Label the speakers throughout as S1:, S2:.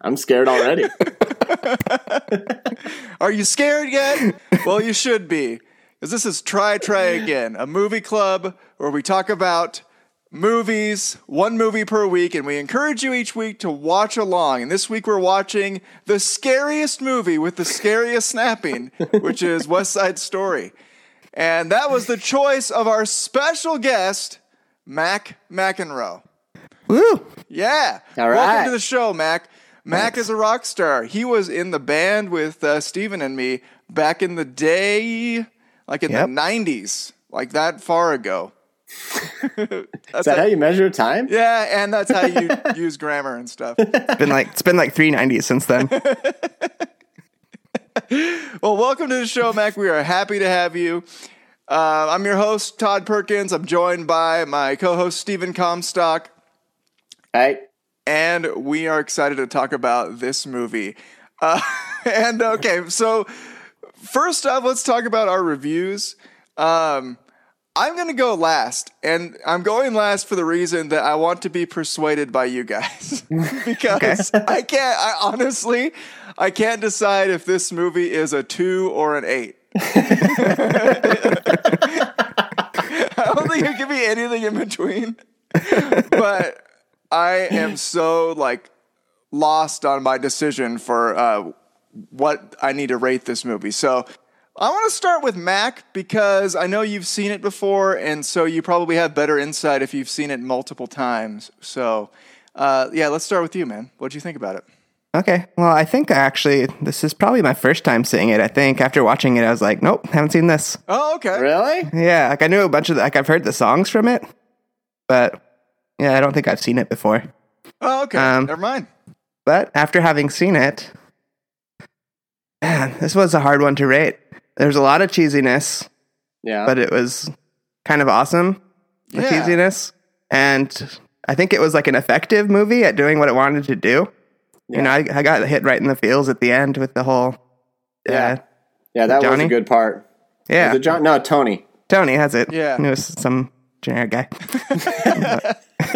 S1: I'm scared already.
S2: Are you scared yet? well, you should be. Because this is Try Try Again, a movie club where we talk about movies, one movie per week, and we encourage you each week to watch along. And this week we're watching the scariest movie with the scariest snapping, which is West Side Story. And that was the choice of our special guest, Mac McEnroe.
S3: Woo!
S2: Yeah.
S1: All
S2: Welcome
S1: right.
S2: to the show, Mac. Mac is a rock star. He was in the band with uh, Steven and me back in the day, like in
S3: Yep.
S2: the 90s, like that far ago.
S1: Is that how you measure time?
S2: Yeah, and that's how you use grammar and stuff.
S3: It's been like it's been like three ninety since then.
S2: Well, welcome to the show, Mac. We are happy to have you. Uh, I'm your host, Todd Perkins. I'm joined by my co host, Steven Comstock.
S1: Right?
S2: and we are excited to talk about this movie. Uh, and okay, so first up, let's talk about our reviews. Um, I'm going to go last, and I'm going last for the reason that I want to be persuaded by you guys because I can't. I honestly, I can't decide if this movie is a two or an eight. I don't think it could be anything in between. But I am so like lost on my decision for uh, what I need to rate this movie. So I want to start with Mac because I know you've seen it before, and so you probably have better insight if you've seen it multiple times. So uh, yeah, let's start with you, man. What would you think about it?
S3: Okay. Well, I think actually this is probably my first time seeing it. I think after watching it, I was like, nope, haven't seen this.
S2: Oh, okay.
S1: Really?
S3: Yeah, like I knew a bunch of the, like I've heard the songs from it, but yeah, I don't think I've seen it before.
S2: Oh, okay.
S3: Um,
S2: Never mind.
S3: But after having seen it, man, this was a hard one to rate. There's a lot of cheesiness,
S1: Yeah.
S3: but it was kind of awesome. The
S2: Yeah.
S3: cheesiness, and I think it was like an effective movie at doing what it wanted to do. You know, I, I got hit right in the feels at the end with the whole.
S1: Yeah.
S3: yeah,
S1: yeah, that was
S3: Johnny?
S1: a good part.
S3: yeah.
S1: The John? No, Tony.
S3: Tony has it.
S2: Yeah.
S3: And it was some generic guy.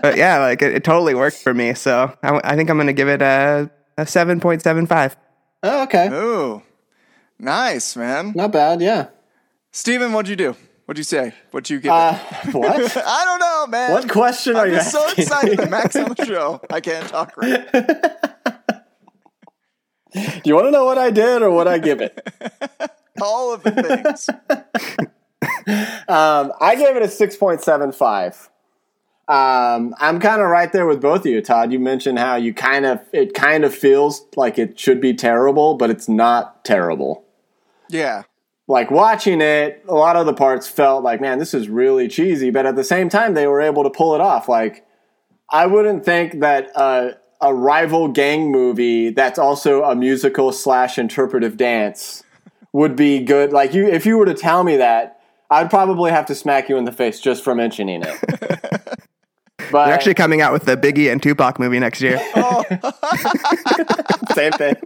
S3: but yeah, like it, it totally worked for me. So I, w- I think I'm going to give it a, a 7.75.
S1: Oh, okay.
S2: Ooh, nice, man.
S1: Not bad. Yeah.
S2: Steven, what'd you do? What'd you say? What'd you give?
S1: Uh,
S2: it?
S1: what?
S2: I don't know, man.
S1: What question are
S2: I'm
S1: you
S2: just so
S1: asking?
S2: excited that Mac's on the show. I can't talk right.
S1: Do you want to know what I did or what I give it?
S2: All of the things.
S1: Um, I gave it a 6.75. Um, I'm kind of right there with both of you, Todd. You mentioned how you kind of it kind of feels like it should be terrible, but it's not terrible.
S2: Yeah.
S1: Like watching it, a lot of the parts felt like, man, this is really cheesy, but at the same time they were able to pull it off. Like I wouldn't think that uh, a rival gang movie that's also a musical slash interpretive dance would be good. Like you, if you were to tell me that, I'd probably have to smack you in the face just for mentioning it. but
S3: They're actually coming out with the Biggie and Tupac movie next year.
S1: same thing.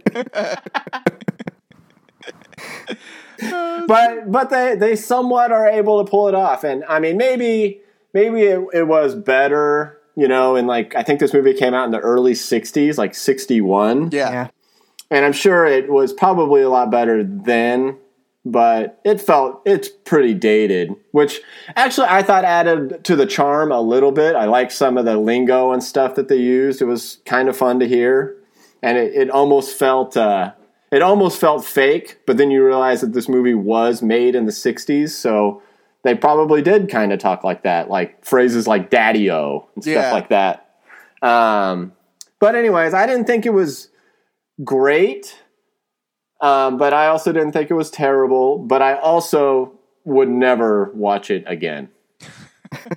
S1: but but they they somewhat are able to pull it off, and I mean maybe maybe it, it was better, you know, and like I think this movie came out in the early '60s, like '61.
S2: Yeah.
S3: yeah.
S1: and I'm sure it was probably a lot better then, but it felt it's pretty dated, which actually I thought added to the charm a little bit. I liked some of the lingo and stuff that they used. It was kind of fun to hear, and it, it almost felt uh, it almost felt fake. But then you realize that this movie was made in the '60s, so they probably did kind of talk like that, like phrases like "daddy-o" and stuff
S2: Yeah.
S1: like that. Um, but anyways, I didn't think it was great, um, but I also didn't think it was terrible. But I also would never watch it again.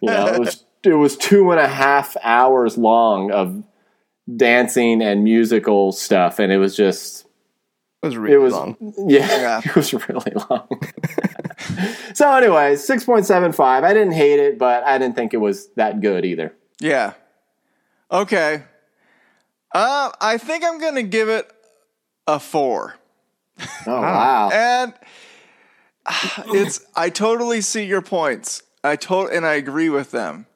S1: You know, it was it was two and a half hours long of dancing and musical stuff, and it was just
S3: It was really
S1: it was
S3: long.
S1: Yeah,
S2: Yeah.
S1: it was really long. so, anyways, six point seven five. I didn't hate it, but I didn't think it was that good either.
S2: Yeah. Okay. Uh, I think I'm gonna give it a four.
S1: Oh wow!
S2: And it's I totally see your points. I told and I agree with them.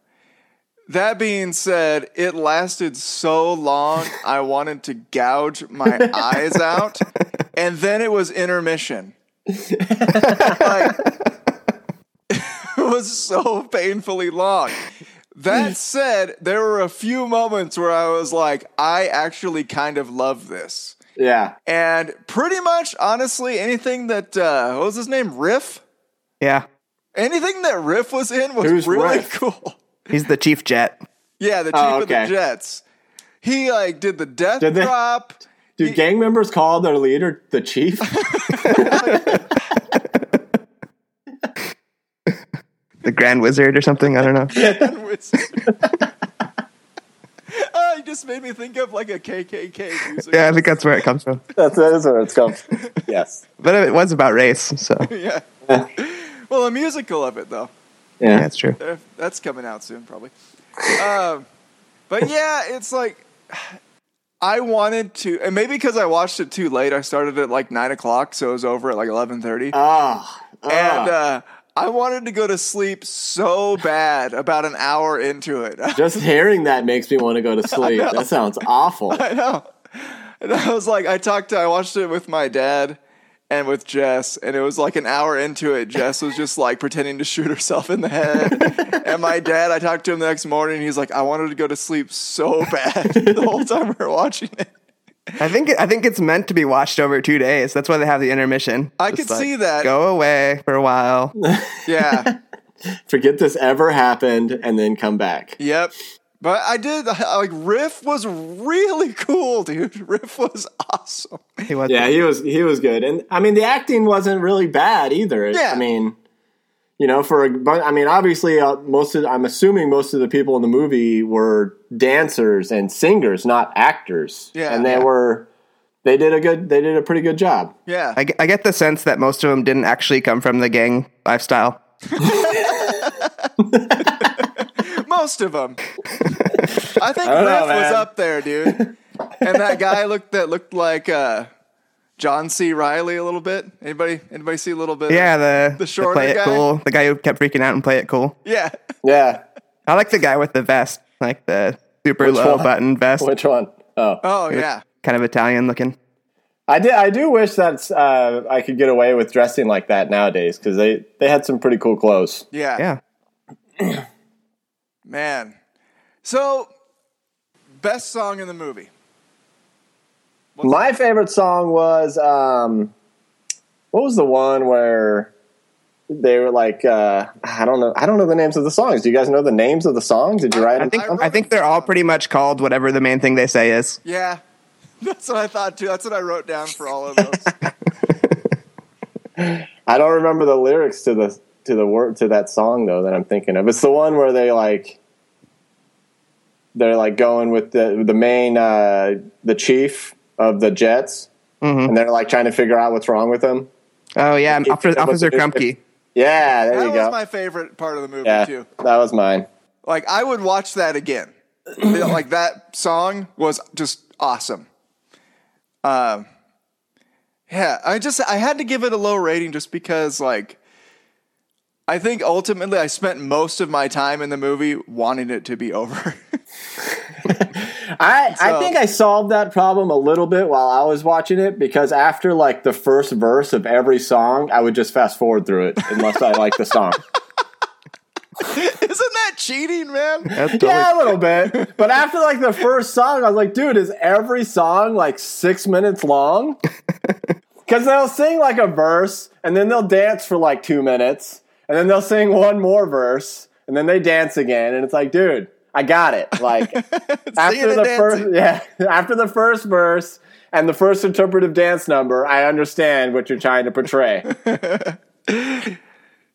S2: That being said, it lasted so long, I wanted to gouge my eyes out. And then it was intermission. like, it was so painfully long. That said, there were a few moments where I was like, I actually kind of love this.
S1: Yeah.
S2: And pretty much, honestly, anything that, uh, what was his name? Riff?
S3: Yeah.
S2: Anything that Riff was in was
S1: Who's
S2: really
S1: Riff?
S2: cool.
S3: He's the chief jet.
S2: Yeah, the chief
S1: Oh, okay.
S2: of the Jets. He like did the death
S1: Did they-
S2: drop.
S1: Do gang members call their leader the chief?
S3: The Grand Wizard or something. I don't know.
S2: and was- Oh, you just made me think of like a KKK music.
S3: Yeah, I think that's where it comes from.
S1: That's, that's where it's come. from. Yes.
S3: But it was about race, so
S2: yeah. Well, a musical of it though.
S1: Yeah.
S3: that's true.
S2: There- That's coming out soon, probably. Um, but yeah, it's like I wanted to, and maybe because I watched it too late, I started at like nine o'clock, so it was over at like eleven thirty.
S1: Ah. ah.
S2: and uh, I wanted to go to sleep so bad about an hour into it.
S1: just hearing that makes me want to go to sleep. That sounds awful.
S2: I know. And I was like, I talked to, I watched it with my dad and with Jess, and it was like an hour into it. Jess was just like pretending to shoot herself in the head. and my dad, I talked to him the next morning, and he's like, I wanted to go to sleep so bad the whole time we were watching it.
S3: I think I think it's meant to be watched over two days. That's why they have the intermission.
S2: I
S3: Just
S2: could see that.
S3: Go away for a while.
S2: Yeah.
S1: Forget this ever happened and then come back.
S2: Yep. But I did I- like Riff was really cool, dude. Riff was awesome.
S3: He was
S1: Yeah, he was he was good. And I mean the acting wasn't really bad either. It-
S2: Yeah.
S1: I mean, you know, for a but I mean obviously uh, most of I'm assuming most of the people in the movie were dancers and singers, not actors.
S2: Yeah.
S1: And they
S2: Yeah.
S1: were they did a good they did a pretty good job.
S2: Yeah.
S3: I, ge- I get the sense that most of them didn't actually come from the gang lifestyle.
S2: Most of them. I think
S1: don't know,
S2: Riff was
S1: man.
S2: up there, dude. And that guy looked that looked like uh, John C. Riley a little bit. Anybody anybody see a little bit? of-
S3: Yeah, the,
S2: shorter
S3: play it
S2: guy?
S3: cool, the guy who kept freaking out and play it cool.
S2: yeah.
S1: Yeah.
S3: I like the guy with the vest, like the super
S1: Which
S3: low
S1: one?
S3: button vest,
S1: Which one? Oh.
S2: Oh yeah.
S3: kind of Italian looking.
S1: I did I do wish that uh, I could get away with dressing like that nowadays cuz they they had some pretty cool clothes.
S2: Yeah.
S3: Yeah,
S2: Man. So best song in the movie.
S1: My favorite song was um, what was the one where they were like uh, I don't know I don't know the names of the songs. Do you guys know the names of the songs? Did you write?
S3: I
S1: them
S3: think
S1: down?
S2: wrote
S3: I think they're all pretty much called whatever the main thing they say is.
S2: Yeah. That's what I thought too. That's what I wrote down for all of those.
S1: I don't remember the lyrics to the to the word to that song though that I'm thinking of. It's the one where they like they're like going with the the main uh, the chief of the Jets,
S2: Mm-hmm.
S1: and they're like trying to figure out what's wrong with them.
S3: Oh yeah,
S1: If-
S3: Officer,
S1: if-
S3: Officer
S1: if-
S3: Krumke.
S1: Yeah, there
S2: that
S1: you
S2: was
S1: go.
S2: my favorite part of the movie
S1: yeah,
S2: too.
S1: that was mine.
S2: Like I would watch that again. like that song was just awesome. Um, yeah, I just I had to give it a low rating just because like I think ultimately I spent most of my time in the movie wanting it to be over.
S1: I, I
S2: So-
S1: think I solved that problem a little bit while I was watching it because after like the first verse of every song, I would just fast forward through it unless I liked the song.
S2: Isn't that cheating, man?
S3: That's totally-
S1: yeah, a little bit. But after like the first song, I was like, dude, is every song like six minutes long? Because they'll sing like a verse and then they'll dance for like two minutes and then they'll sing one more verse and then they dance again. And it's like, dude, I got it. Like, after
S2: and
S1: the
S2: dancing.
S1: first, yeah, after the first verse and the first interpretive dance number, I understand what you're trying to portray.
S3: That's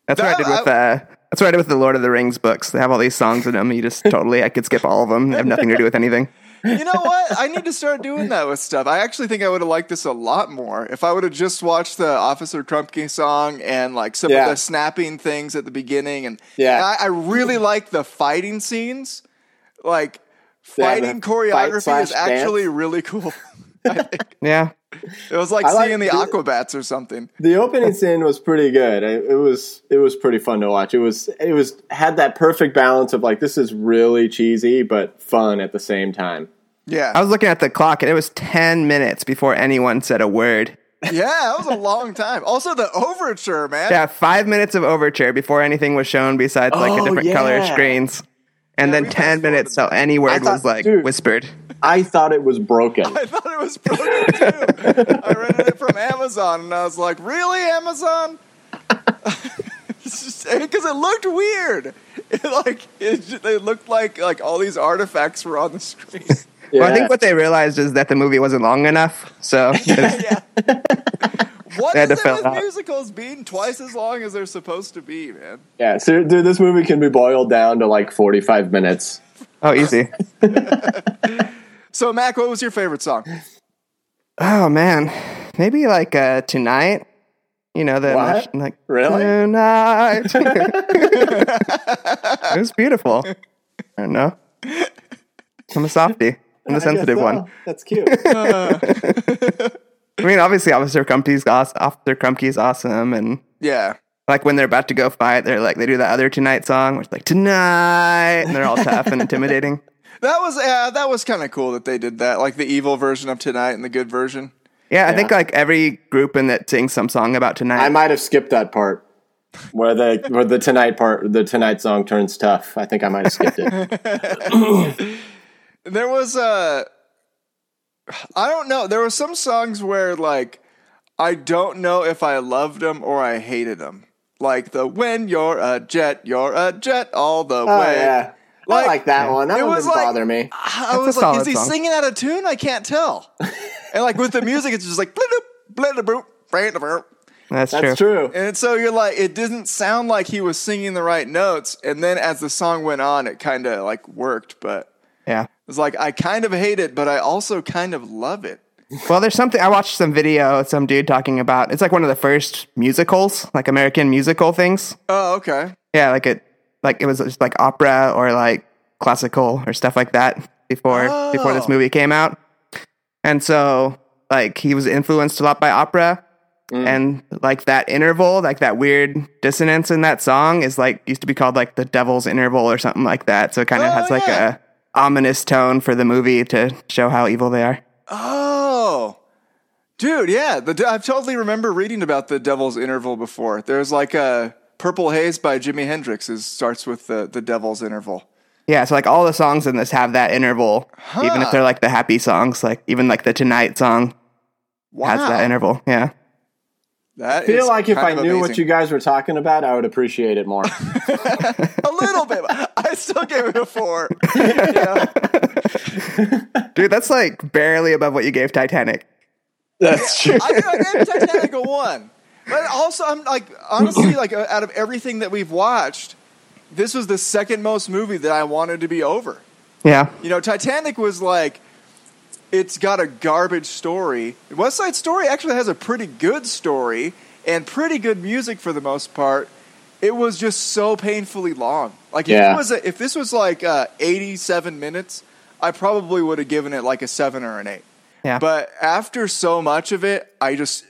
S3: what I
S2: That-
S3: did with uh, that's what I did with the Lord of the Rings books. They have all these songs in them. You just totally, I could skip all of them. They have nothing to do with anything.
S2: You know what? I need to start doing that with stuff. I actually think I would have liked this a lot more if I would have just watched the Officer Trumpkin song and like some
S1: Yeah.
S2: of the snapping things at the beginning. And
S1: Yeah.
S2: I, I really like the fighting scenes.
S1: Yeah,
S2: Like
S1: the
S2: fighting
S1: fight
S2: choreography
S1: slash
S2: is actually really cool. I think.
S3: Yeah.
S2: It was like
S1: I like
S2: seeing the
S1: it.
S2: Aquabats or something.
S1: The opening scene was pretty good. It, it was it was pretty fun to watch. It was it was had that perfect balance of like this is really cheesy but fun at the same time.
S2: Yeah.
S3: I was looking at the clock and it was 10 minutes before anyone said a word.
S2: yeah, that was a long time. Also, the overture, man.
S3: Yeah, five minutes of overture before anything was shown besides like
S1: Oh,
S3: a different
S1: yeah.
S3: color screens. And
S2: Yeah, we
S3: then 10
S2: fast-forwarded
S3: minutes till
S2: that.
S3: any word
S1: thought-
S3: was like
S1: dude.
S3: whispered.
S1: I thought it was broken.
S2: I thought it was broken too. I rented it from Amazon and I was like, really, Amazon? Because it looked weird. It like it, ju- they looked like like all these artifacts were on the screen.
S3: Well, I
S1: Yeah.
S3: think what they realized is that the movie wasn't long enough. So
S2: yeah. What
S3: They
S2: is
S3: had to
S2: it
S3: fill
S2: with
S3: out.
S2: musicals being twice as long as they're supposed to be, man?
S1: Yeah, so dude, this movie can be boiled down to like forty-five minutes.
S3: oh, easy.
S2: So, Mac, what was your favorite song?
S3: Oh man, maybe like uh, tonight. You know the
S1: What?
S3: emotion, like
S1: Really?
S3: tonight. it was beautiful. I don't know. I'm a softie. I'm the sensitive one.
S1: That's cute.
S3: I mean, obviously, Officer Crumpy's awesome. Officer Crumpy's awesome, and
S2: Yeah.
S3: like when they're about to go fight, they're like they do that other tonight song, which is like tonight, and they're all tough and intimidating.
S2: That was uh, that was kind of cool that they did that, like the evil version of tonight and the good version.
S3: Yeah, I think like every group in that sings some song about tonight.
S1: I might have skipped that part where the where the tonight part the tonight song turns tough. I think I might have skipped it.
S2: There was uh I don't know. There were some songs where like I don't know if I loved them or I hated them. Like the when you're a jet, you're a jet all the
S1: Oh
S2: way.
S1: yeah, I
S2: Like,
S1: like that one. That
S2: it
S1: one
S2: was
S1: didn't
S2: like-
S1: bother me.
S2: I was
S3: a
S2: like, is
S3: solid
S2: he
S3: song.
S2: singing out of tune? I can't tell. and like with the music, it's just like bloop, bloop, bloop, bloop, bloop.
S3: that's,
S1: That's
S3: true.
S1: true.
S2: and so you're like, it didn't sound like he was singing the right notes. And then as the song went on, it kind of like worked. But
S3: Yeah.
S2: it's like I kind of hate it, but I also kind of love it.
S3: Well, there's something I watched some video of some dude talking about. It's like one of the first musicals, like American musical things.
S2: Oh, okay.
S3: Yeah, like it, like it was just like opera or like classical or stuff like that before before this
S2: Oh.
S3: movie came out. And so, like he was influenced a lot by opera,
S2: Mm.
S3: and like that interval, like that weird dissonance in that song is like used to be called like the devil's interval or something like that. So it kind of
S2: Oh,
S3: has like
S2: yeah.
S3: a ominous tone for the movie to show how evil they are.
S2: Oh, dude, yeah. The I totally remember reading about the Devil's Interval before. There's like a Purple Haze by Jimi Hendrix is starts with the the Devil's Interval.
S3: Yeah, so like all the songs in this have that interval, even if they're like the happy songs, like even like the Tonight song
S2: Wow,
S3: has that interval. Yeah,
S2: That
S1: I feel
S2: is
S1: like if
S2: kind
S1: I
S2: of
S1: knew what
S2: amazing.
S1: you guys were talking about, I would appreciate it more.
S2: a little bit. I still gave it a four.
S3: dude, that's like barely above what you gave Titanic.
S1: That's true.
S2: I, I gave Titanic a one. But also, I'm like honestly, like uh, out of everything that we've watched, this was the second most movie that I wanted to be over.
S3: Yeah,
S2: You know, Titanic was like, it's got a garbage story. West Side Story actually has a pretty good story and pretty good music for the most part. It was just so painfully long. Like if
S1: Yeah.
S2: it was a, if this was like uh, eighty-seven minutes, I probably would have given it like a seven or an eight.
S3: yeah,
S2: But after so much of it, I just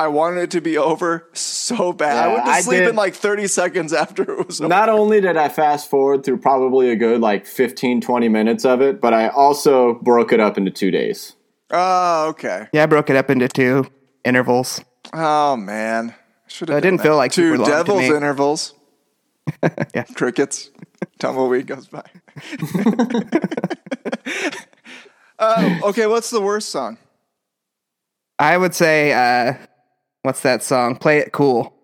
S2: I wanted it to be over so bad. I
S1: Yeah,
S2: went to
S1: I
S2: sleep
S1: did-
S2: in like thirty seconds after it was over.
S1: Not only did I fast forward through probably a good like 15, 20 minutes of it, but I also broke it up into two days.
S2: Oh, okay.
S3: yeah, I broke it up into two intervals.
S2: Oh man, should have.
S3: It didn't feel like
S2: two
S3: super long to
S2: devils
S3: me.
S2: intervals.
S3: Yeah.
S2: crickets. Tumbleweed goes by. um, okay, what's the worst song?
S3: I would say, uh, what's that song? Play it cool.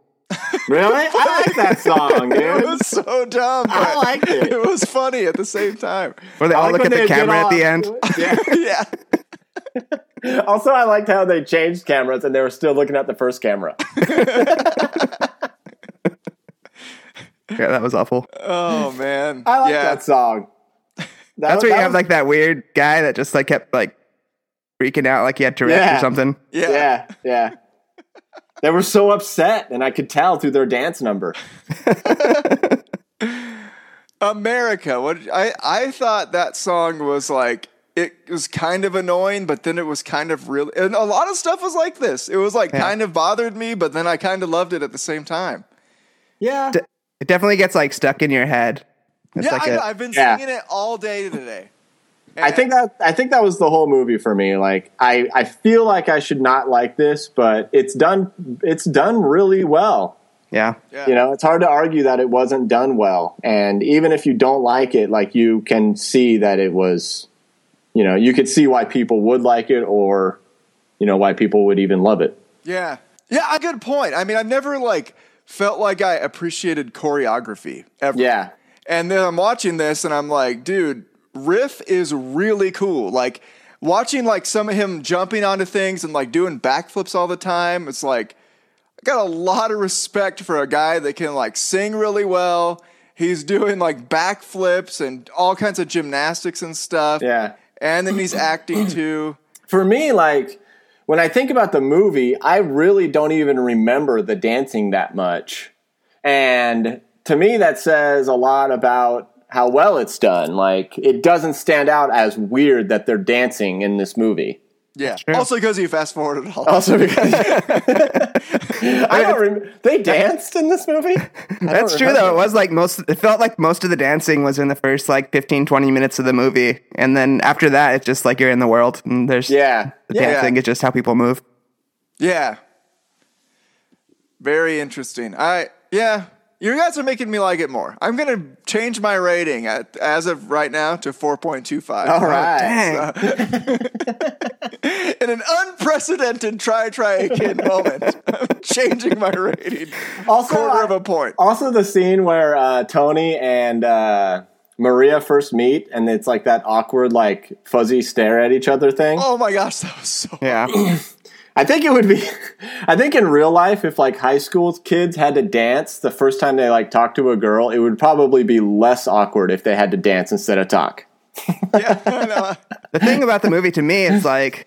S1: Really? I like that song,
S2: It
S1: dude.
S2: was so dumb.
S1: I
S2: but
S1: liked it.
S2: It was funny at the same time.
S3: Where they all
S1: I like
S3: Oh, look at
S1: when they
S3: the
S1: get
S3: camera at the
S1: all-
S3: end.
S2: yeah.
S1: Yeah. Also, I liked how they changed cameras and they were still looking at the first camera.
S3: Yeah, that was awful.
S2: Oh man.
S1: I like
S2: yeah.
S1: that song. That
S3: That's
S1: was-
S3: where you
S1: that
S3: have
S1: was-
S3: like that weird guy that just like kept like freaking out, like he had Tourette's
S1: Yeah.
S3: or something.
S2: Yeah.
S1: yeah, yeah. They were so upset, and I could tell through their dance number.
S2: America. What I I thought that song was like it was kind of annoying, but then it was kind of real. And a lot of stuff was like this. It was like
S3: Yeah.
S2: kind of bothered me, but then I kind of loved it at the same time.
S1: Yeah.
S3: D- It definitely gets like stuck in your head. It's
S2: yeah,
S3: like
S2: I know.
S3: a-
S2: i I've been
S1: Yeah.
S2: singing it all day today.
S1: I think that I think that was the whole movie for me. Like I, I feel like I should not like this, but it's done it's done really well.
S3: yeah.
S2: Yeah.
S1: You know, it's hard to argue that it wasn't done well. And even if you don't like it, like you can see that it was you know, you could see why people would like it or you know, why people would even love it.
S2: Yeah. Yeah, a good point. I mean, I've never like felt like I appreciated choreography ever.
S1: Yeah.
S2: And then I'm watching this and I'm like, dude, riff is really cool. Like watching like some of him jumping onto things and like doing backflips all the time. It's like I got a lot of respect for a guy that can like sing really well. He's doing like backflips and all kinds of gymnastics and stuff.
S1: Yeah.
S2: And then he's acting too.
S1: for me, like when I think about the movie, I really don't even remember the dancing that much. And to me, that says a lot about how well it's done. Like it doesn't stand out as weird that they're dancing in this movie.
S2: Yeah. Also because he fast forwarded all.
S1: Also, because I don't rem- they danced in this movie. Oh,
S3: That's true though. It was like most it felt like most of the dancing was in the first like 15 20 minutes of the movie and then after that it's just like you're in the world and there's
S1: Yeah,
S3: the
S1: yeah.
S3: dancing is just how people move.
S2: Yeah. Very interesting. I yeah, you guys are making me like it more. I'm gonna change my rating at, as of right now to 4.25.
S1: All right.
S3: Oh, Dang.
S2: In an unprecedented try try again moment, I'm changing my rating
S1: Also,
S2: quarter
S1: I-
S2: of a point.
S1: Also, the scene where uh, Tony and uh, Maria first meet, and it's like that awkward, like fuzzy stare at each other thing.
S2: Oh my gosh, that was so.
S3: yeah.
S1: I think it would be. I think in real life, if like high school kids had to dance the first time they like talked to a girl, it would probably be less awkward if they had to dance instead of talk.
S2: Yeah, I know.
S3: The thing about the movie to me it's like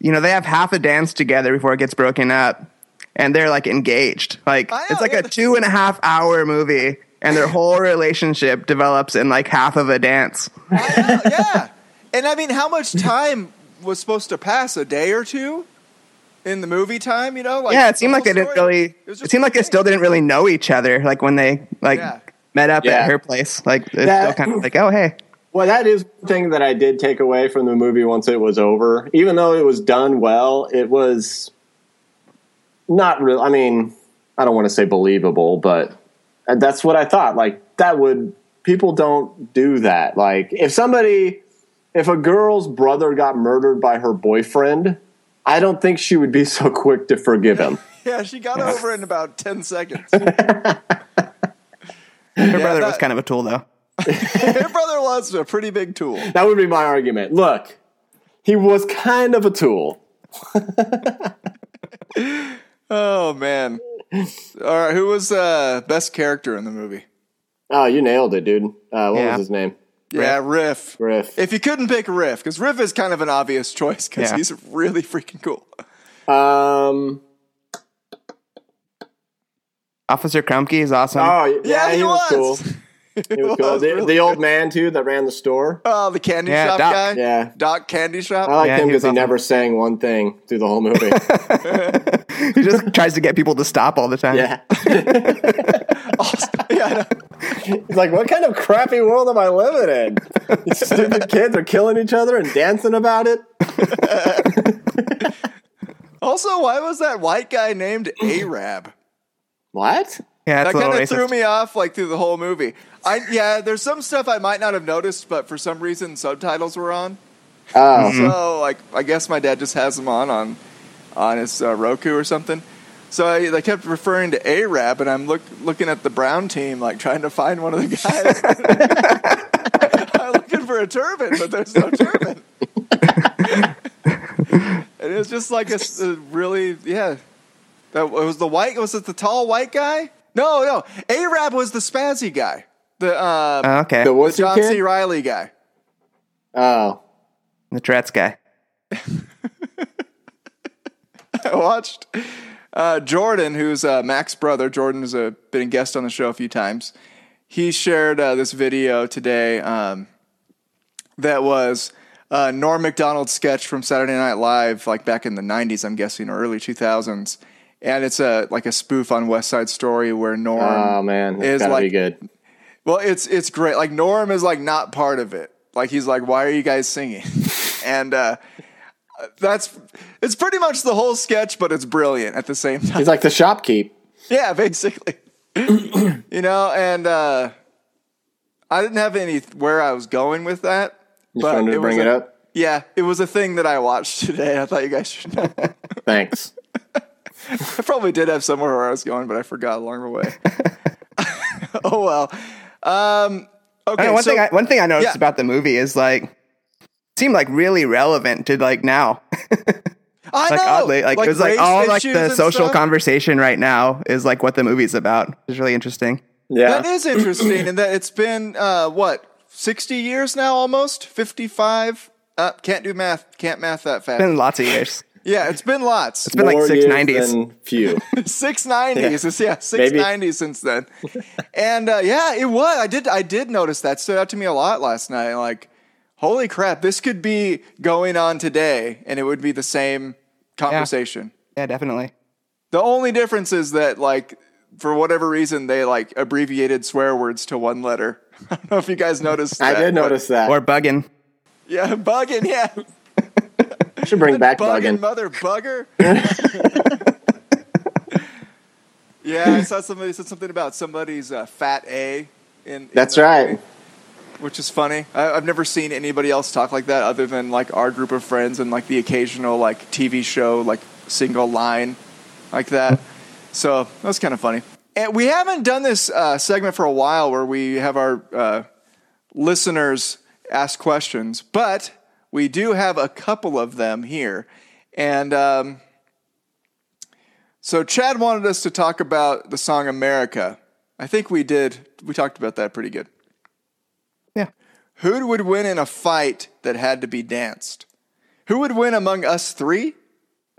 S3: you know they have half a dance together before it gets broken up and they're like engaged. Like
S2: I know,
S3: it's like
S2: yeah.
S3: a two and a half hour movie and their whole relationship develops in like half of a dance.
S2: I know, yeah. And I mean, how much time was supposed to pass? A day or two in the movie time, you know? Like,
S3: yeah, it seemed
S2: the
S3: like they
S2: whole
S3: didn't
S2: story-
S3: really.
S2: was
S3: It,
S2: just
S3: seemed
S2: a
S3: like they
S2: thing.
S3: still didn't really know each other. Like when they like
S2: Yeah.
S3: met up
S1: Yeah.
S3: at her place, like it's
S1: That-
S3: still kind of like, oh hey,
S1: Well, that is one thing that I did take away from the movie once it was over. Even though it was done well, it was not real. I mean, I don't want to say believable, but that's what I thought. Like that would people don't do that. Like if somebody, if a girl's brother got murdered by her boyfriend, I don't think she would be so quick to forgive him.
S2: Yeah, she got over in about 10 seconds.
S3: her brother was
S2: that-
S3: kind of a tool though.
S2: Her brother was a pretty big tool.
S1: That would be my argument. Look, he was kind of a tool.
S2: Oh, man. All right, who was uh, best character in the movie?
S1: Oh, you nailed it, dude. Uh, what
S3: Yeah.
S1: was his name?
S2: Yeah, Riff.
S1: Griff.
S2: If you couldn't pick Riff, because Riff is kind of an obvious choice because
S3: Yeah.
S2: he's really freaking cool.
S1: Um.
S3: Officer Krumke is awesome.
S1: Oh, yeah,
S2: Yeah,
S1: he,
S2: he
S1: was,
S2: was.
S1: cool. He was cool.
S2: was
S1: The,
S2: really
S1: the old man too that ran the store.
S2: Oh, the candy
S3: Yeah,
S2: shop
S3: Doc.
S2: guy?
S1: Yeah, Oh.
S2: Doc Candy Shop?
S1: I liked
S3: Yeah,
S1: him
S3: he
S1: because
S3: was
S1: he,
S3: awesome.
S1: never sang one thing through the whole movie.
S3: he just tries to get people to stop all the time.
S1: yeah,
S2: yeah, I know.
S1: he's like, what kind of crappy world am I living in? These stupid kids are killing each other and dancing about it.
S2: Also, why was that white guy named Arab?
S1: What?
S3: yeah,
S2: That
S3: it's a little
S2: kind of
S3: racist.
S2: threw me off like through the whole movie. I yeah, there's some stuff I might not have noticed, but for some reason subtitles were on.
S1: Oh,
S2: So like I guess my dad just has them on on on his uh, Roku or something. So I they kept referring to Arab, and I'm look looking at the brown team like trying to find one of the guys. I'm looking for a turban, but there's no turban. and it was just like a, s- a really yeah. That it was the white. Was it the tall white guy? No, no. Arab was the spazzy guy. The uh,
S3: Oh, okay,
S1: the
S3: the,
S1: woods
S2: John C.
S1: kid.
S2: Riley guy.
S1: Oh,
S3: Tourette's guy.
S2: I watched uh, Jordan, who's uh, Mac's brother. Jordan has uh, been a guest on the show a few times. He shared uh, this video today um, that was uh, Norm Macdonald's sketch from Saturday Night Live, like back in the '90s, I'm guessing, or early 2000s. And it's a like a spoof on West Side Story where Norm
S1: Oh man,
S2: is
S1: it's gotta be
S2: like-
S1: good.
S2: Well, it's it's great. Like Norm is like not part of it. Like he's like, why are you guys singing? and uh, that's it's pretty much the whole sketch, but it's brilliant at the same time.
S1: He's like the shopkeep.
S2: yeah, basically. you know, and uh, I didn't have any where I was going with that.
S1: Just wanted to
S2: was
S1: bring it
S2: a-
S1: up.
S2: Yeah, it was a thing that I watched today. I thought you guys should know.
S1: Thanks.
S2: I probably did have somewhere where I was going, but I forgot along the way. oh well. Um, okay.
S3: I know, Oh, one
S2: so-
S3: thing I, one thing I noticed
S2: yeah.
S3: about the movie is like seemed like really relevant to like now.
S2: I
S3: like
S2: know.
S3: oddly, like, it was like
S2: race
S3: all like
S2: issues
S3: the
S2: and
S3: social
S2: stuff.
S3: conversation right now is like what the movie's about. It's really interesting.
S1: Yeah.
S2: That is interesting, and that it's been uh, what sixty years now, almost fifty-five. Uh, can't do math. Can't math that fast.
S3: It's been lots of years.
S2: yeah, it's been lots.
S3: It's been like
S1: More
S3: six
S1: years
S3: nineties.
S1: than Few.
S2: six nineties. It's yeah, six
S1: Maybe.
S2: nineties since then. and uh, yeah, it was. I did. I did notice that stood out to me a lot last night. Like, holy crap, this could be going on today, and it would be the same conversation.
S3: Yeah, definitely.
S2: The only difference is that like for whatever reason they like abbreviated swear words to one letter. I don't know if you guys noticed.
S1: I
S2: that,
S1: did
S2: but-
S1: notice that.
S3: Or bugging.
S2: Yeah, bugging. Yeah,
S1: should bring back
S2: bugging,
S1: bugging.
S2: mother bugger. yeah, I saw somebody said something about somebody's uh, fat A. In, in
S1: That's
S2: the
S1: right.
S2: movie, Which is funny. I, I've never seen anybody else talk like that other than like our group of friends and like the occasional like TV show like single line like that. So that was kind of funny. And we haven't done this uh, segment for a while where we have our uh, listeners ask questions, but we do have a couple of them here. And um, so Chad wanted us to talk about the song America. I think we did. We talked about that pretty good.
S3: Yeah.
S2: Who would win in a fight that had to be danced? Who would win among us three?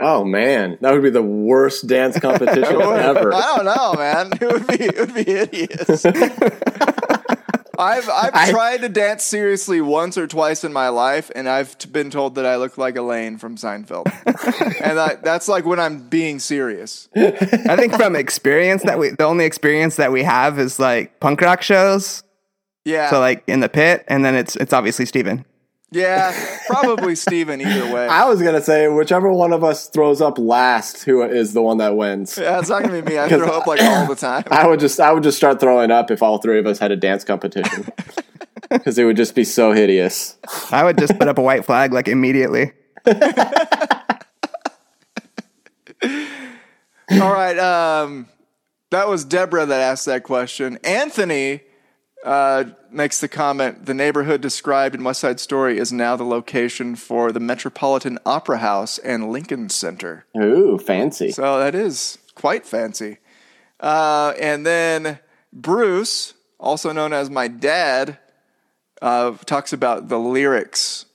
S1: Oh man, that would be the worst dance competition ever.
S2: I don't know, man. It would be it would be hideous. I've I've tried to dance seriously once or twice in my life, and I've t- been told that I look like Elaine from Seinfeld, and I, that's like when I'm being serious.
S3: I think from experience that we the only experience that we have is like punk rock shows.
S2: Yeah,
S3: So like in the pit, and then it's it's obviously Steven.
S2: yeah, probably Steven either way.
S1: I was gonna say whichever one of us throws up last, who is the one that wins.
S2: yeah, it's not gonna be me. I throw up like all the time.
S1: I would just, I would just start throwing up if all three of us had a dance competition, because it would just be so hideous.
S3: I would just put up a white flag like immediately.
S2: All right. Um, that was Deborah that asked that question. Anthony uh, makes the comment the neighborhood described in West Side Story is now the location for the Metropolitan Opera House and Lincoln Center.
S1: Ooh, fancy.
S2: So that is quite fancy. Uh, and then Bruce, also known as my dad, uh, talks about the lyrics,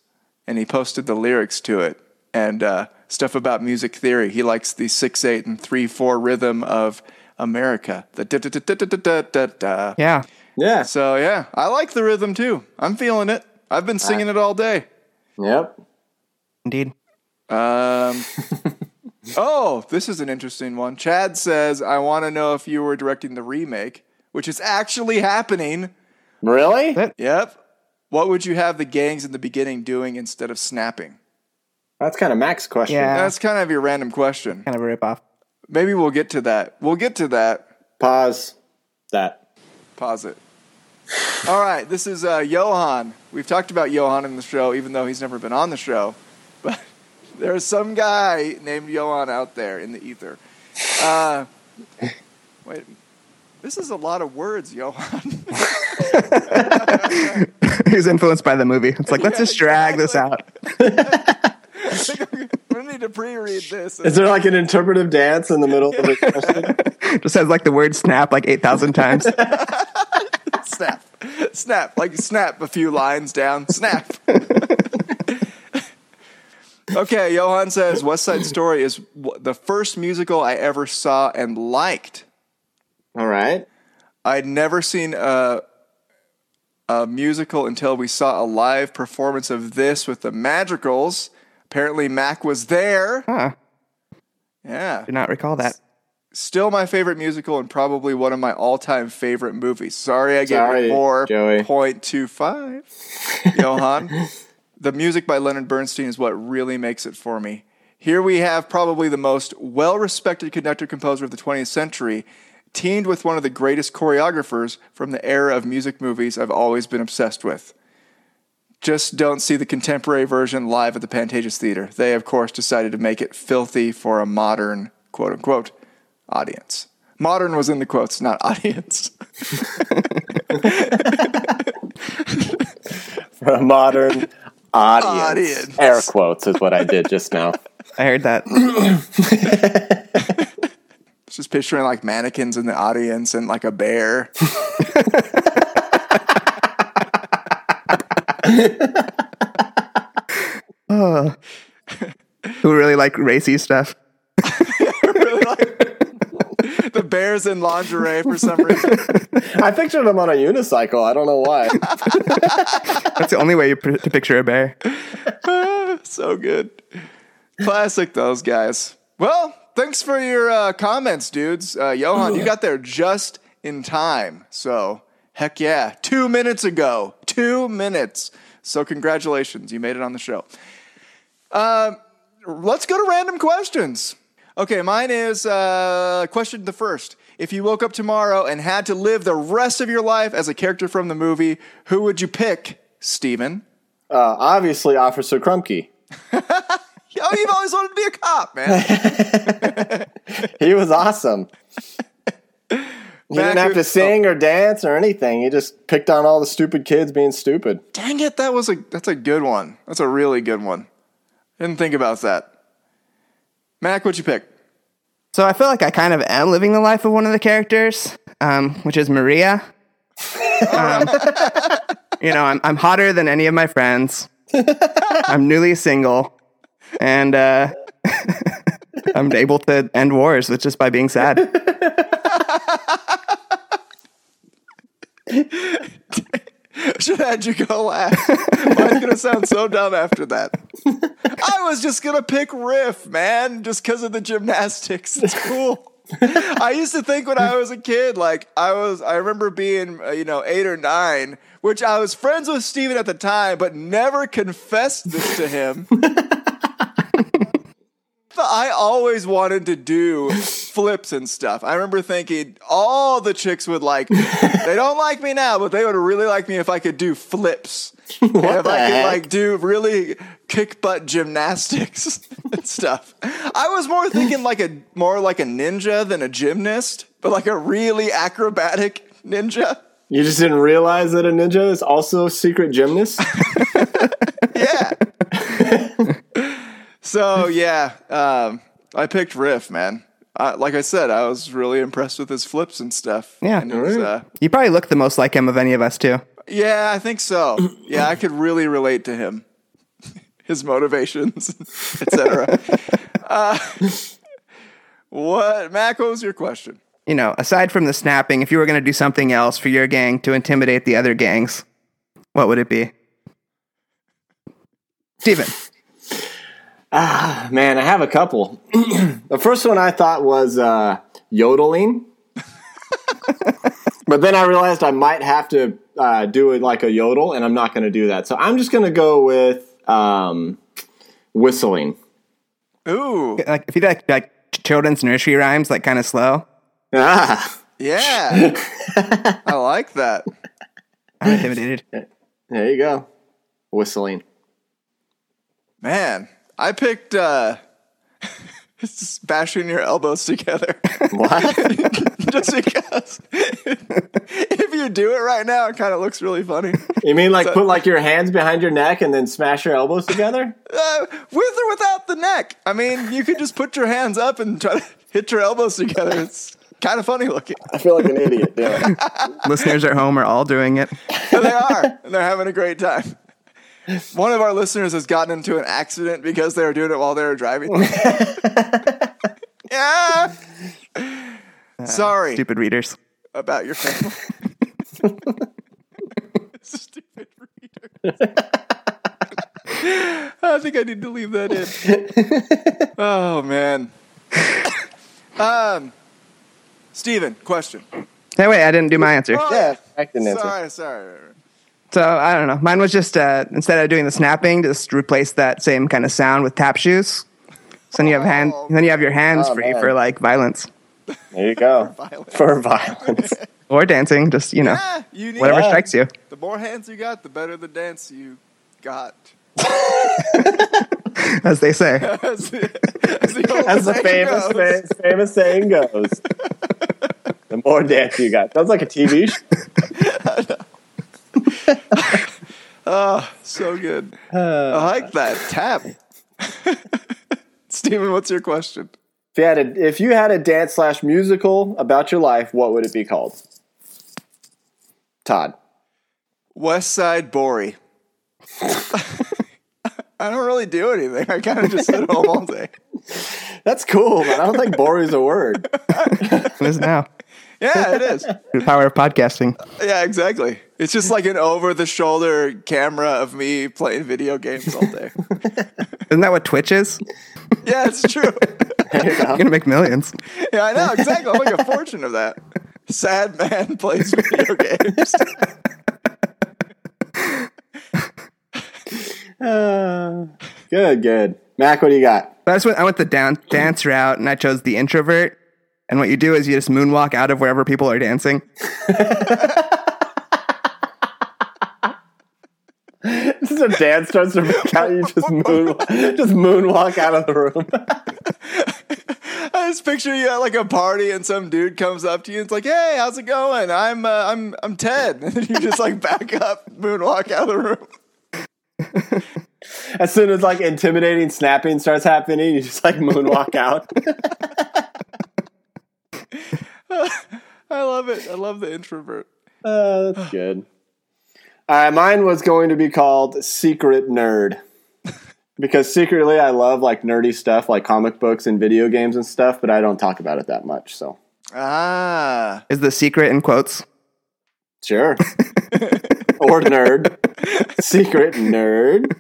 S2: and he posted the lyrics to it and uh, stuff about music theory. He likes the six eight and three four rhythm of America. The da da da da da da da da.
S3: Yeah.
S1: yeah.
S2: So yeah, I like the rhythm too. I'm feeling it. I've been singing it all day.
S1: Yep.
S3: Indeed.
S2: Um, oh, this is an interesting one. Chad says, I want to know if you were directing the remake, which is actually happening.
S1: Really?
S3: That-
S2: Yep. What would you have the gangs in the beginning doing instead of snapping?
S1: That's kind of Mac's question.
S3: Yeah.
S2: That's kind of your random question.
S3: Kind of a rip off.
S2: Maybe we'll get to that. We'll get to that.
S1: Pause. That.
S2: Pause it. All right, this is uh, Johan. We've talked about Johan in the show, even though he's never been on the show. But there's some guy named Johan out there in the ether. Uh, wait, this is a lot of words, Johan.
S3: He's influenced by the movie. It's like, let's just drag this out.
S2: I think I'm gonna need to pre-read this.
S1: Is there like an interpretive dance in the middle of the question?
S3: Just has like the word snap like 8,000 times.
S2: snap, snap, like snap a few lines down, snap. okay, Johan says West Side Story is w- the first musical I ever saw and liked.
S1: All right.
S2: I'd never seen a a musical until we saw a live performance of this with the Madrigals. Apparently, Mac was there.
S3: Huh.
S2: Yeah.
S3: Did not recall that.
S2: Still my favorite musical and probably one of my all time favorite movies. Sorry, I gave
S1: Sorry,
S2: it more
S1: Joey.
S2: 0.25. Johan, the music by Leonard Bernstein is what really makes it for me. Here we have probably the most well respected conductor composer of the 20th century, teamed with one of the greatest choreographers from the era of music movies I've always been obsessed with. Just don't see the contemporary version live at the Pantages Theater. They, of course, decided to make it filthy for a modern, quote unquote, audience. Modern was in the quotes, not audience.
S1: For a modern audience.
S2: Audience.
S1: Air quotes is what I did just now.
S3: I heard that.
S2: It's Just picturing like mannequins in the audience and like a bear.
S3: Who really like racy stuff?
S2: the bear's in lingerie for some reason.
S1: I pictured him on a unicycle. I don't know why.
S3: That's the only way you pr- to picture a bear.
S2: so good. Classic, those guys. Well, thanks for your uh, comments, dudes. Uh, Johan, you got there just in time. So, heck yeah. Two minutes ago. Two minutes. So, congratulations. You made it on the show. Uh, let's go to random questions. Okay, mine is uh, question the first. If you woke up tomorrow and had to live the rest of your life as a character from the movie, who would you pick, Steven?
S1: Uh, obviously, Officer Krumke.
S2: Oh, you've always wanted to be a cop, man.
S1: He was awesome. He
S2: Back-
S1: didn't have to sing or dance or anything. He just picked on all the stupid kids being stupid.
S2: Dang it, that was a that's a good one. That's a really good one. Didn't think about that. Mac, what'd you pick?
S3: So I feel like I kind of am living the life of one of the characters, um, which is Maria. Um, you know, I'm, I'm hotter than any of my friends. I'm newly single, and uh, I'm able to end wars with just by being sad.
S2: Should I had you go last. Mine's gonna sound so dumb after that. I was just gonna pick riff, man, just because of the gymnastics. It's cool. I used to think when I was a kid, like I was, I remember being, uh, you know, eight or nine, which I was friends with Steven at the time, but never confessed this to him. But I always wanted to do flips and stuff. I remember thinking all the chicks would like me. They don't like me now, but they would really like me if I could do flips. And if
S1: the
S2: I could
S1: heck?
S2: like do really kick butt gymnastics and stuff. I was more thinking like a more like a ninja than a gymnast, but like a really acrobatic ninja.
S1: You just didn't realize that a ninja is also a secret gymnast?
S2: Yeah. so yeah, um, I picked Riff, man. I, like I said, I was really impressed with his flips and stuff.
S3: Yeah.
S2: and it was, uh,
S3: You probably look the most like him of any of us, too.
S2: yeah, I think so. Yeah, I could really relate to him, his motivations, etc. uh, what, Mac? What was your question?
S3: You know, aside from the snapping, if you were going to do something else for your gang to intimidate the other gangs, what would it be? Steven.
S1: Man, I have a couple. the first one I thought was uh, yodeling, but then I realized I might have to uh, do it like a yodel, and I'm not going to do that. So I'm just going to go with um, whistling.
S2: Ooh,
S3: like if you do like like children's nursery rhymes, like kind of slow.
S1: Ah,
S2: yeah, I like that.
S3: I'm intimidated.
S1: there you go, whistling.
S2: Man, I picked uh it's just bashing your elbows together.
S1: What?
S2: just because if you do it right now, it kind of looks really funny.
S1: you mean like put like your hands behind your neck and then smash your elbows together?
S2: Uh, with or without the neck. I mean, you could just put your hands up and try to hit your elbows together. It's kind of funny looking.
S1: I feel like an idiot. doing it.
S3: Listeners at home are all doing it.
S2: And they are, and they're having a great time. One of our listeners has gotten into an accident because they were doing it while they were driving. yeah. Sorry.
S3: Stupid readers.
S2: about your family. I think I need to leave that in. oh man. um, Steven, question.
S3: Hey, wait, I didn't do my answer.
S2: Oh,
S1: Yeah, I can answer.
S2: Sorry, sorry.
S3: So I don't know. Mine was just uh, instead of doing the snapping, just replace that same kind of sound with tap shoes. So then you have hand,
S2: Oh,
S3: then you have your hands
S1: Oh,
S3: free
S1: man.
S3: for like violence
S1: There you go.
S2: violence.
S1: For violence.
S3: or dancing. Just you know,
S2: Ah, you need
S3: whatever
S1: Yeah.
S3: strikes you.
S2: The more hands you got, the better the dance you got.
S3: as they say.
S2: As the, as the, old
S1: As the
S2: saying
S1: famous
S2: goes.
S1: fa- famous saying goes. the more dance you got. Sounds like a TV show.
S2: So good.
S1: Uh,
S2: I like that tap. Steven, what's your question?
S1: If you had a if you had a dance slash musical about your life, what would it be called? Todd.
S2: West Side Bory. I don't really do anything. I kind of just sit home all day.
S1: That's cool, man. I don't think boring is a word.
S3: It is now.
S2: Yeah, it is.
S3: The power of podcasting.
S2: Yeah, exactly. It's just like an over the shoulder camera of me playing video games all day.
S3: Isn't that what Twitch is?
S2: Yeah, it's true.
S3: You're gonna make millions.
S2: Yeah, I know, exactly. I'll make a fortune of that. Sad man plays video games.
S1: Uh, good, good. Mac, what do you got?
S3: But I just went. I went the down, dance route, and I chose the introvert. And what you do is you just moonwalk out of wherever people are dancing.
S1: This is a dance starts to break out. You just moonwalk, just moonwalk out of the room.
S2: I just picture you at like a party and some dude comes up to you and it's like, "Hey, how's it going? I'm uh, I'm I'm Ted." And then you just like back up, moonwalk out of the room.
S1: As soon as like intimidating snapping starts happening, you just like moonwalk out.
S2: I love it. I love the introvert.
S1: Uh, that's good. All right, mine was going to be called Secret Nerd because secretly I love like nerdy stuff like comic books and video games and stuff, but I don't talk about it that much. So
S2: Ah.
S3: Is the secret in quotes?
S1: sure, or nerd, secret nerd.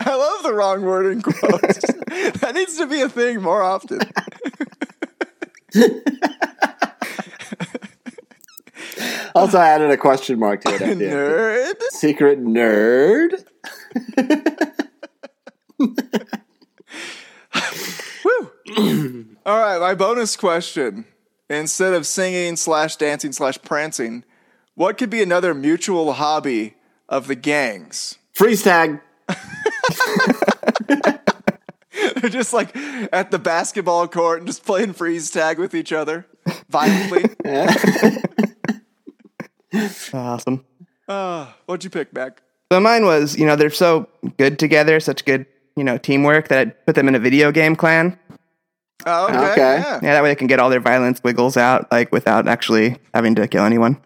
S2: I love the wrong word in quotes. that needs to be a thing more often.
S1: Also, I added a question mark to it. at the end.
S2: Nerd.
S1: Secret nerd.
S2: All right, my bonus question. Instead of singing slash dancing slash prancing, what could be another mutual hobby of the gangs?
S1: Freeze tag.
S2: They're just like at the basketball court and just playing freeze tag with each other violently.
S3: Awesome.
S2: Ah, what'd you pick, Mac?
S3: So mine was, you know, they're so good together, such good, you know, teamwork that I put them in a video game clan.
S2: Oh, okay.
S1: Okay.
S2: Yeah.
S3: Yeah, that way they can get all their violence wiggles out, like without actually having to kill anyone.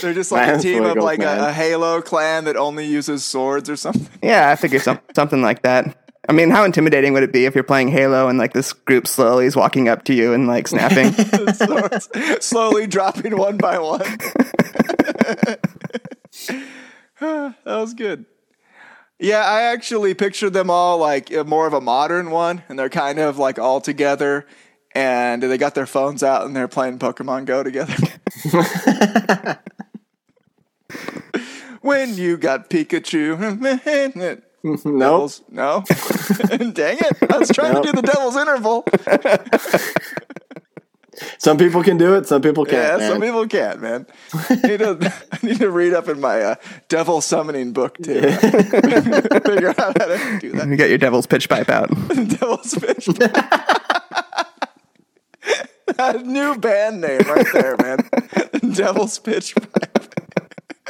S2: They're just like a
S1: Man's
S2: team of
S1: wiggles,
S2: like a,
S1: man.
S2: a Halo clan that only uses swords or something.
S3: Yeah, I figured some, something like that. I mean, how intimidating would it be if you're playing Halo and like this group slowly is walking up to you and like snapping?
S2: swords, slowly dropping one by one. that was good. Yeah, I actually pictured them all like a- more of a modern one, and they're kind of like all together, and they got their phones out and they're playing Pokemon Go together. when you got Pikachu,
S1: Nope.
S2: Devils- No. Dang it. I was trying to do the devil's interval.
S1: Some people can do it. Some people can't.
S2: Yeah,
S1: man.
S2: some people can't, man. I need, to, I need to read up in my uh, devil summoning book to uh, figure out how to do that.
S3: you get your devil's pitch pipe out.
S2: Devil's fish. A new band name right there, man. Devil's Pitch Pipe.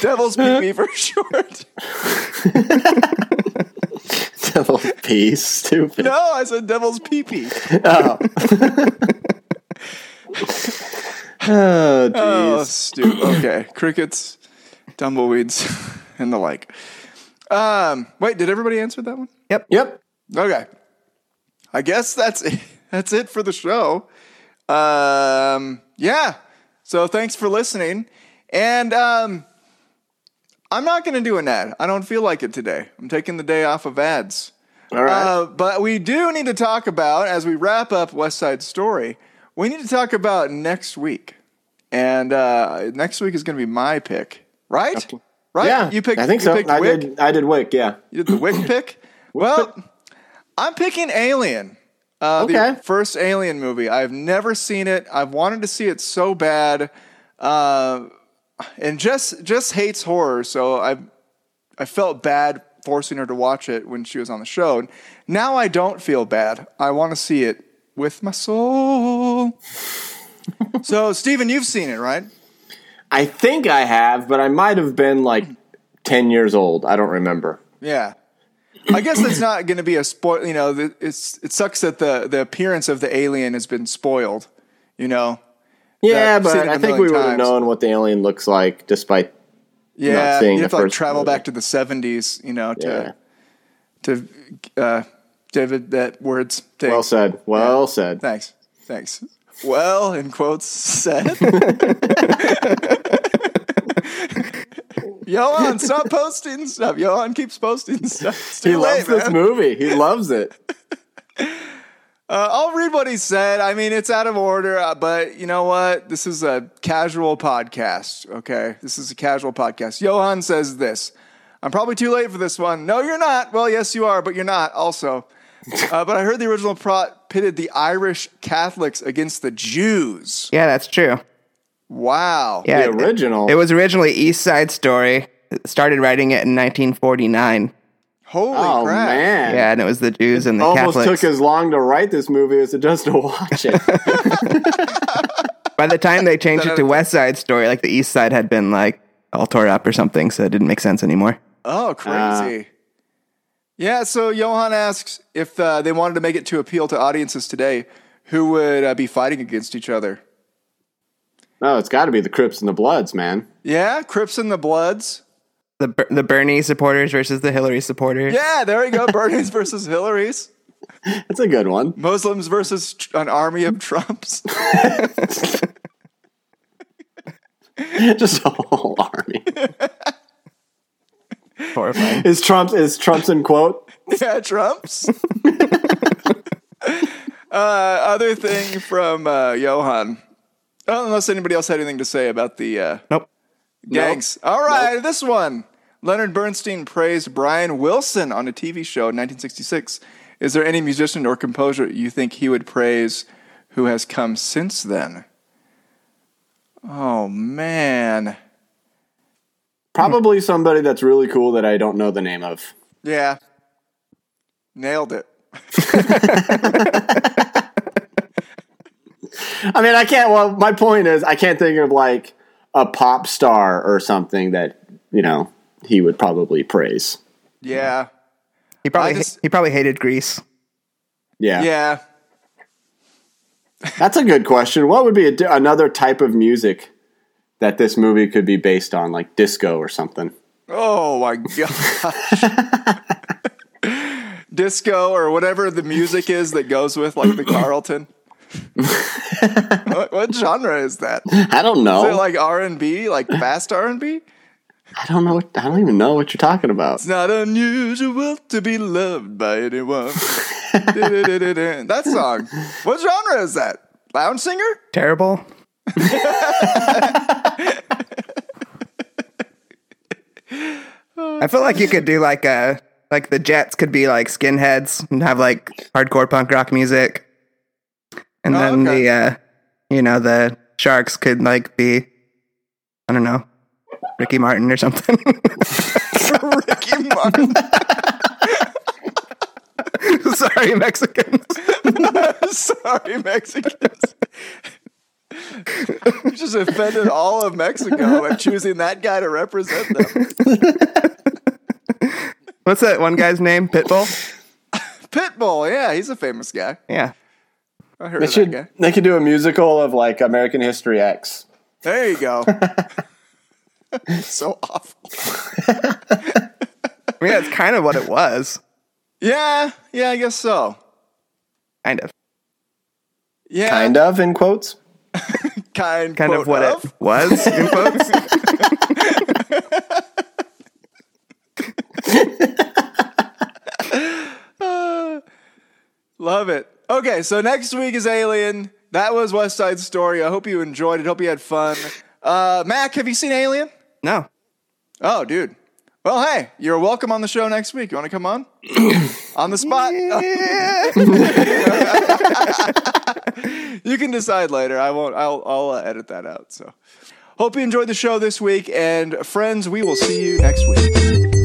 S2: Devil's PP for short.
S1: Devil peace. Stupid.
S2: No, I said Devil's PP.
S1: Oh,
S2: Oh,
S1: jeez.
S2: stupid. Okay, crickets, tumbleweeds, and the like. Um, wait, did everybody answer that one?
S1: Yep.
S2: Okay, I guess that's it. that's it for the show. Um, yeah. So thanks for listening. And um, I'm not going to do an ad. I don't feel like it today. I'm taking the day off of ads.
S1: All right.
S2: Uh, but we do need to talk about, as we wrap up West Side Story, we need to talk about next week. And uh, next week is going to be my pick, right? Right?
S1: yeah,
S2: You picked,
S1: I think
S2: you
S1: so.
S2: picked
S1: I
S2: Wick.
S1: did. I did Wick. Yeah.
S2: You did the Wick pick. Well, I'm picking Alien. Uh,
S1: Okay.
S2: The first Alien movie. I've never seen it. I've wanted to see it so bad. Uh, and Jess just hates horror, so I I felt bad forcing her to watch it when she was on the show. And now I don't feel bad. I want to see it with my soul. so, Steven, you've seen it, right?
S1: I think I have, but I might have been like ten years old. I don't remember.
S2: Yeah. I guess it's not going to be a spoil. You know, the- it's it sucks that the the appearance of the alien has been spoiled. You know.
S1: Yeah,
S2: I've seen
S1: but
S2: it a
S1: I think
S2: million
S1: we would have
S2: times.
S1: known what the alien looks like, despite
S2: Yeah,
S1: seeing
S2: you
S1: the
S2: have to like
S1: first
S2: travel
S1: movie.
S2: back to the seventies. You know,
S1: yeah.
S2: to to uh, David that words thing.
S1: Well said. Well said.
S2: Thanks, thanks. Well, in quotes said. Johan, stop posting stuff. Johan keeps posting stuff. It's too
S1: He
S2: late,
S1: loves this
S2: man.
S1: movie. He loves it.
S2: Uh, I'll read what he said. I mean, it's out of order, uh, but you know what? This is a casual podcast, okay? This is a casual podcast. Johan says this I'm probably too late for this one. No, you're not. Well, yes, you are, but you're not also. Uh, but I heard the original plot pitted the Irish Catholics against the Jews.
S3: Yeah, that's true.
S2: Wow.
S3: Yeah,
S1: the
S3: it-
S1: original.
S3: It was originally East Side Story. Started writing it in 1949.
S2: Holy
S1: oh
S2: crap.
S1: man.
S3: Yeah, and it was the Jews and the
S1: Almost
S3: Catholics.
S1: took as long to write this movie as it does to watch it.
S3: By the time they changed it to West Side Story, like the East Side had been like all tore up or something, so it didn't make sense anymore.
S2: Oh, crazy.
S1: Uh.
S2: yeah, so Johan asks if uh, they wanted to make it to appeal to audiences today, who would uh, be fighting against each other?
S1: no, it's got to be the Crips and the Bloods, man.
S2: Yeah, Crips and the Bloods.
S3: The Ber- the Bernie supporters versus the Hillary supporters.
S2: Yeah, there you go. Bernie's versus Hillary's.
S1: That's a good one.
S2: Muslims versus tr- an army of Trumps.
S1: Just a whole army.
S3: Horrifying.
S1: Is Trump's is Trump's in quote?
S2: yeah, Trumps. uh, other thing from uh, Johan. Oh, unless anybody else had anything to say about the uh,
S3: Nope.
S2: gangs. All right, this one. Leonard Bernstein praised Brian Wilson on a TV show in 1966. Is there any musician or composer you think he would praise who has come since then? Oh, man.
S1: Probably somebody that's really cool that I don't know the name of.
S2: Yeah. Nailed it.
S1: I mean, I can't. Well, my point is, I can't think of like a pop star or something that you know he would probably praise.
S2: Yeah. I
S3: He probably
S2: just-
S3: he probably hated Greece.
S1: Yeah,
S2: Yeah.
S1: that's a good question. What would be a di- another type of music that this movie could be based on, like disco or something?
S2: Oh my gosh. Disco or whatever the music is that goes with like the Carlton. what, what genre is that? Is
S1: I don't know.
S2: it like R and B, like fast R and B?
S1: I don't know. What, I don't even know what you're talking about.
S2: It's not unusual to be loved by anyone. Du-du-du-du-du. that song. What genre is that? Lounge singer?
S3: Terrible. I feel like you could do like a like the Jets could be like skinheads and have like hardcore punk rock music, and
S2: Oh,
S3: then
S2: okay.
S3: the uh, you know the Sharks could like be I don't know Ricky Martin or something.
S2: Ricky Martin.
S3: Sorry, Mexicans.
S2: Sorry, Mexicans. you just offended all of Mexico by choosing that guy to represent them.
S3: What's that one guy's name? Pitbull.
S2: Pitbull, yeah, he's a famous guy.
S3: Yeah.
S2: I heard
S1: They
S2: of
S1: should.
S2: that guy.
S1: They could do a musical of like American History X.
S2: There you go. so awful.
S3: I mean, that's kind of what it was.
S2: Yeah, yeah, I guess so.
S3: Kind of.
S2: Yeah,
S1: Kind of in quotes.
S2: kind,
S3: kind
S2: quote
S3: of what it was in quotes.
S2: Love it. Okay, so next week is Alien. That was West Side Story. I hope you enjoyed it. Hope you had fun. Uh, Mac, have you seen Alien?
S3: no.
S2: Oh, dude. Well, hey, you're welcome on the show next week. You want to come on? on the spot? you can decide later. I won't. I'll, I'll uh, edit that out. So, hope you enjoyed the show this week. And friends, we will see you next week.